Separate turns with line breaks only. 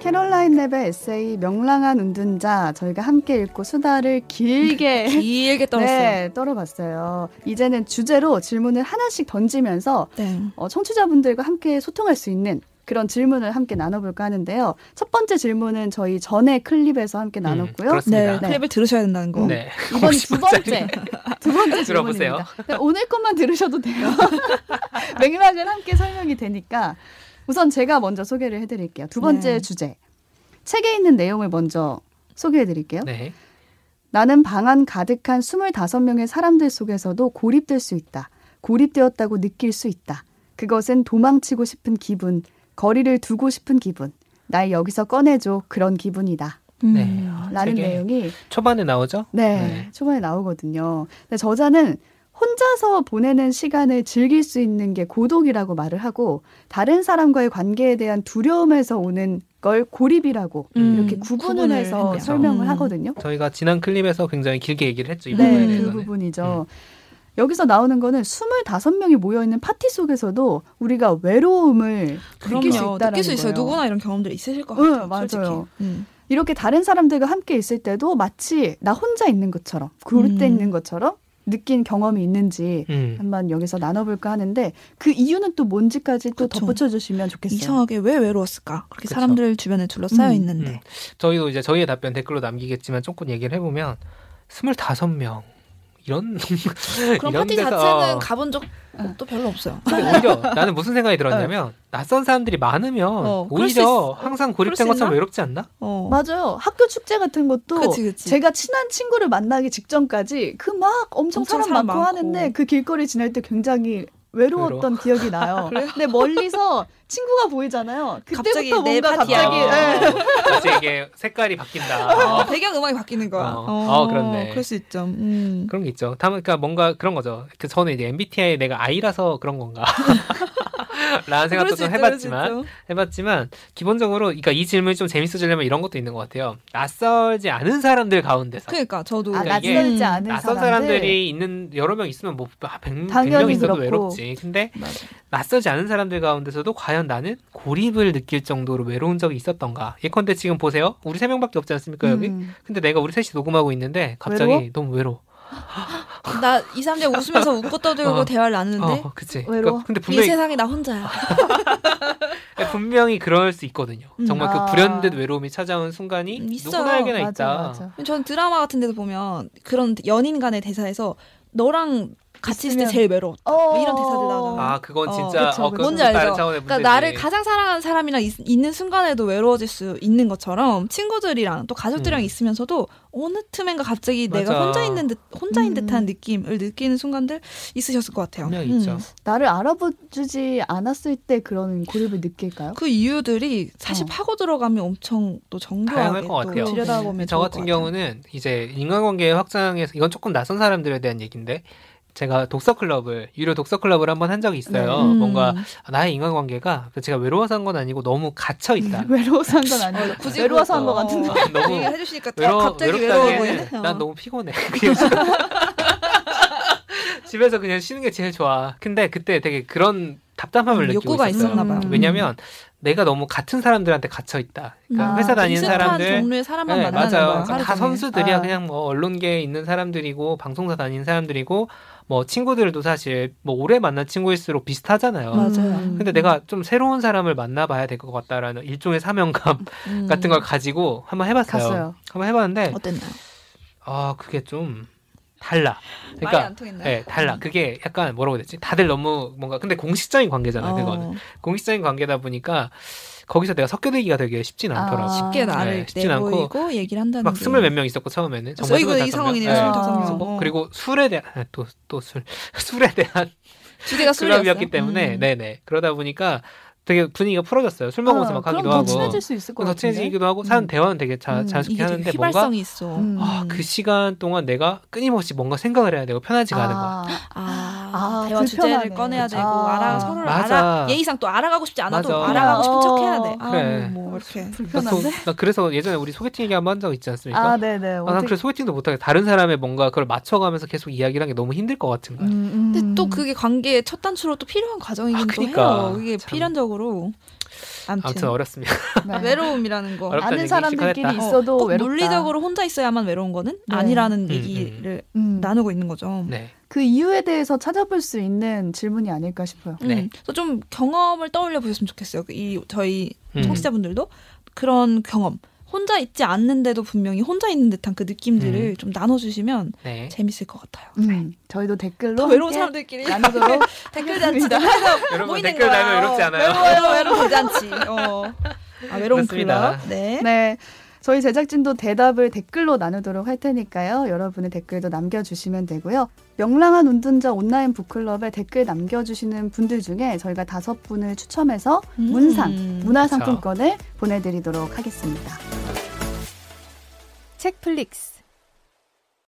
캐롤라인 랩의 에세이 명랑한 운둔자 저희가 함께 읽고 수다를 길게
길게 떨었어요.
네, 떨어봤어요. 이제는 주제로 질문을 하나씩 던지면서
네.
어, 청취자분들과 함께 소통할 수 있는 그런 질문을 함께 나눠볼까 하는데요. 첫 번째 질문은 저희 전에 클립에서 함께 나눴고요.
네,
그렇습니다.
네.
클립을 들으셔야 된다는 거.
네.
이번 두
50분짜리.
번째 두 번째
들어보세요.
질문입니다. 그냥 오늘 것만 들으셔도 돼요. 맥락은 함께 설명이 되니까 우선 제가 먼저 소개를 해드릴게요. 두 번째
네.
주제 책에 있는 내용을 먼저 소개해드릴게요.
네.
나는 방안 가득한 25명의 사람들 속에서도 고립될 수 있다. 고립되었다고 느낄 수 있다. 그것은 도망치고 싶은 기분, 거리를 두고 싶은 기분, 날 여기서 꺼내줘 그런 기분이다.
음.
네.
라는
되게
내용이
초반에 나오죠?
네,
네.
초반에 나오거든요. 근데 저자는 혼자서 보내는 시간을 즐길 수 있는 게 고독이라고 말을 하고 다른 사람과의 관계에 대한 두려움에서 오는 걸 고립이라고
음,
이렇게 구분을, 해서
했네요.
설명을
음.
하거든요.
저희가 지난 클립에서 굉장히 길게 얘기를 했죠. 이 부분에
네, 그
대해서는.
부분이죠.
음.
여기서 나오는 거는 25명이 모여 있는 파티 속에서도 우리가 외로움을 느낄 수
그럼요.
있다라는
느낄 수 있어요.
거예요.
누구나 이런 경험들 있으실 것
응,
같아요.
맞아요.
솔직히. 음.
이렇게 다른 사람들과 함께 있을 때도 마치 나 혼자 있는 것처럼 고립돼
음.
있는 것처럼 느낀 경험이 있는지
예.
음.
한번 여기서 나눠볼까 하는데 그 이유는 또 뭔지까지 또
그쵸.
덧붙여 주시면 좋겠어요.
이상하게 왜 외로웠을까? 그렇게
그쵸.
사람들 주변에 둘러싸여
음,
있는데.
저희도 이제 저희의 답변 댓글로 남기겠지만 조금 얘기를 해보면 25명 이런
그럼
이런
파티
데서
자체는 가본 적도 별로 없어요. 네.
근데 오히려 나는 무슨 생각이 들었냐면 낯선 사람들이 많으면
어, 그럴 수
오히려
있어.
항상
그럴 수
고립된 것처럼
있나?
외롭지 않나?
어.
맞아요. 학교 축제 같은 것도
그치, 그치.
제가 친한 친구를 만나기 직전까지 그 막 엄청, 사람,
엄청 사람
많고,
많고.
하는데 그 길거리 지날 때 굉장히 외로웠던 기억이 나요. 근데 멀리서 친구가 보이잖아요.
아, 갑자기
그때부터
내
뭔가
파티야.
갑자기 예.
어, 마치 이게 색깔이 바뀐다.
어,
어,
배경 음악이 바뀌는 거야.
어. 어, 그렇네.
그럴 수 있죠. 음.
그런 게 있죠. 다음 그러니까 뭔가 그런 거죠. 그 저는 이제 MBTI 내가 I라서 그런 건가? 라는
그럴 수
생각도
있죠,
좀
그럴 수
해봤지만
있죠.
해봤지만 기본적으로 그러니까 이 질문이 좀 재밌어지려면 이런 것도 있는 것 같아요. 낯설지 않은 사람들 가운데서
그러니까 저도
아,
그러니까 이게
낯설지 않은
낯선
사람들.
사람들이 있는 여러 명 있으면 뭐 아, 100,
당연히
100명 있어도
그렇고.
외롭지. 근데
맞아.
낯설지 않은 사람들 가운데서도 과연 나는 고립을 느낄 정도로 외로운 적이 있었던가. 예컨대 지금 보세요. 우리 세 명밖에 없지 않습니까
그러니까
여기?
음.
근데 내가 우리 셋이 녹음하고 있는데 갑자기
외로워?
너무 외로워.
음. 나 2, 3년 웃으면서 웃고 떠들고
어.
대화를 나누는데
어, 그치.
외로워.
그러니까 근데
이
분명히
세상에 나 혼자야. 분명히
그러니까 분명히 그럴 수 있거든요.
음.
정말
아.
그 불현듯 외로움이 찾아온 순간이
음, 있어요.
누구나에게나
맞아,
있다.
맞아.
저는 드라마 같은 데서 보면 그런 연인 간의 대사에서 너랑 같이 있을 때
있으면-
제일 외로워.
어,
이런 대사들 나와요.
아, 그건
어,
진짜
그쵸, 그쵸.
어, 그건
뭔지
또
알죠?
다른 차원의
그러니까
문제지.
나를 가장 사랑하는 사람이랑 있, 는 순간에도 외로워질 수 있는 것처럼 친구들이랑 또 가족들이랑
음.
있으면서도 어느 틈엔가 갑자기 내가
맞아.
혼자 있는 듯 혼자인
음.
듯한 느낌을 느끼는 순간들 있으셨을 것 같아요.
분명히
음.
있죠.
나를 알아보지 않았을 때 그런 고립을 느낄까요?
그 이유들이 사실
어.
파고 들어가면 엄청 또 정교하게
다양할 것
또
같아요.
들여다보면
저
좋을
같은
것 같아요.
경우는 이제 인간관계 확장에서 이건 조금 낯선 사람들에 대한 얘기인데 제가 독서 클럽을 유료 독서 클럽을 한번 한 적이 있어요.
음.
뭔가 나의 인간관계가 제가 외로워서 한 건 아니고 너무 갇혀 있다.
외로워서 한 건 아니고 뭐
어, 굳이
외로워서 한
그거-
것 같은데.
아, 너무
얘기해 주시니까 또
외로
어, 갑자기 외로워 보이네. 어.
외롭다기에는 난 너무 피곤해. 그냥 집에서- 집에서 그냥 쉬는 게 제일 좋아. 근데 그때 되게 그런 답답함을
음,
느끼고
욕구가
있었어요.
있었나 봐요.
음.
왜냐면 내가 너무 같은 사람들한테 갇혀 있다. 그러니까
아,
회사 다니는
비슷한
사람들
음. 종류의 사람만
네,
만나는
맞아요.
거야. 하루
다
종일.
선수들이야.
아.
그냥 뭐 언론계에 있는 사람들이고 방송사 다니는 사람들이고 뭐 친구들도 사실 뭐 오래 만난 친구일수록 비슷하잖아요.
맞아요.
음.
근데 내가 좀 새로운 사람을 만나봐야 될 것 같다라는 일종의 사명감
음.
같은 걸 가지고 한번 해봤어요.
갔어요.
한번 해봤는데
어땠나요?
아 그게 좀 달라.
말이
그러니까
안 통했나요?
네, 달라. 그게 약간 뭐라고 해야 되지? 다들 너무 뭔가 근데 공식적인 관계잖아요. 그거는
어,
공식적인 관계다 보니까 거기서 내가 섞여들기가 되게 쉽진 않더라고.
아.
쉽게 나를
네, 쉽진 않고
내보이고 얘기를 한다는
막
게.
스물 몇 명 있었고 처음에는 정말
이거 이
25 명.
상황이네요. 어.
네.
아.
25명.
뭐, 그리고 술에 대한 아, 또 또 술 술에 대한
주제가
클럽이었기
아, 술이었어요?
때문에
음.
네네 그러다 보니까 되게 분위기가 풀어졌어요. 술 먹으면서
아,
어,
막 하기도
그럼
하고
더 친해질 수 있을 것
더
같은데.
친해지기도 하고 사람
음.
대화는 되게 자,
음,
자연스럽게
이게 되게
하는데 뭔가
휘발성이 있어.
음.
아, 그 시간 동안 내가 끊임없이 뭔가 생각을 해야 되고 편하지가 않은 거야.
아,
아,
아,
대화 주제를
불편하네.
꺼내야
그쵸.
되고 알아
아.
서로를
맞아.
알아 예의상 또 알아가고 싶지 않아도
맞아.
알아가고 싶은
어.
척 해야 돼.
그래.
아, 뭐, 뭐 이렇게.
나,
불편한데?
소- 나 그래서 예전에 우리 소개팅 얘기 한번 한 적 있지 않습니까?
아,
아,
네네.
난 그래서 소개팅도 못하게 다른 사람의 뭔가 그걸 맞춰가면서 계속 이야기를 한 게 너무 힘들 것 같은
음,
거야.
음.
그
근데 또 그게 관계의 첫 단추로 또 필요한 과정이긴
아,
또
그니까.
해요. 이게
참.
필연적으로
아무튼
아무튼
어렵습니다.
네.
아, 외로움이라는 거.
어렵다는
아는
얘기
사람들끼리
시작하겠다.
있어도
꼭
외롭다.
물리적으로 혼자 있어야만 외로운 거는
네.
아니라는
음,
얘기를
음,
나누고 있는 거죠.
네.
그 이유에 대해서 찾아볼 수 있는 질문이 아닐까 싶어요.
음,
네.
그래서 좀 경험을 떠올려 보셨으면 좋겠어요. 그 이 저희
음.
청취자분들도 그런 경험. 혼자 있지 않는데도 분명히 혼자 있는 듯한 그 느낌들을
음.
좀 나눠주시면
네.
재밌을 것 같아요.
음, 저희도 댓글로
더 외로운
함께
사람들끼리
나누도록
댓글 잔치다.
여러분
모이는
댓글 달면
거야.
외롭지 않아요.
외로워요, 외로운 잔치. 어. 아, 외로운
그렇습니다.
클럽. 네.
네. 저희 제작진도 대답을 댓글로 나누도록 할 테니까요. 여러분의 댓글도 남겨주시면 되고요. 명랑한 운전자 온라인 북클럽에 댓글 남겨주시는 분들 중에 저희가 다섯 분을 추첨해서
음.
문상,
그쵸.
문화상품권을 보내드리도록 하겠습니다. 책플릭스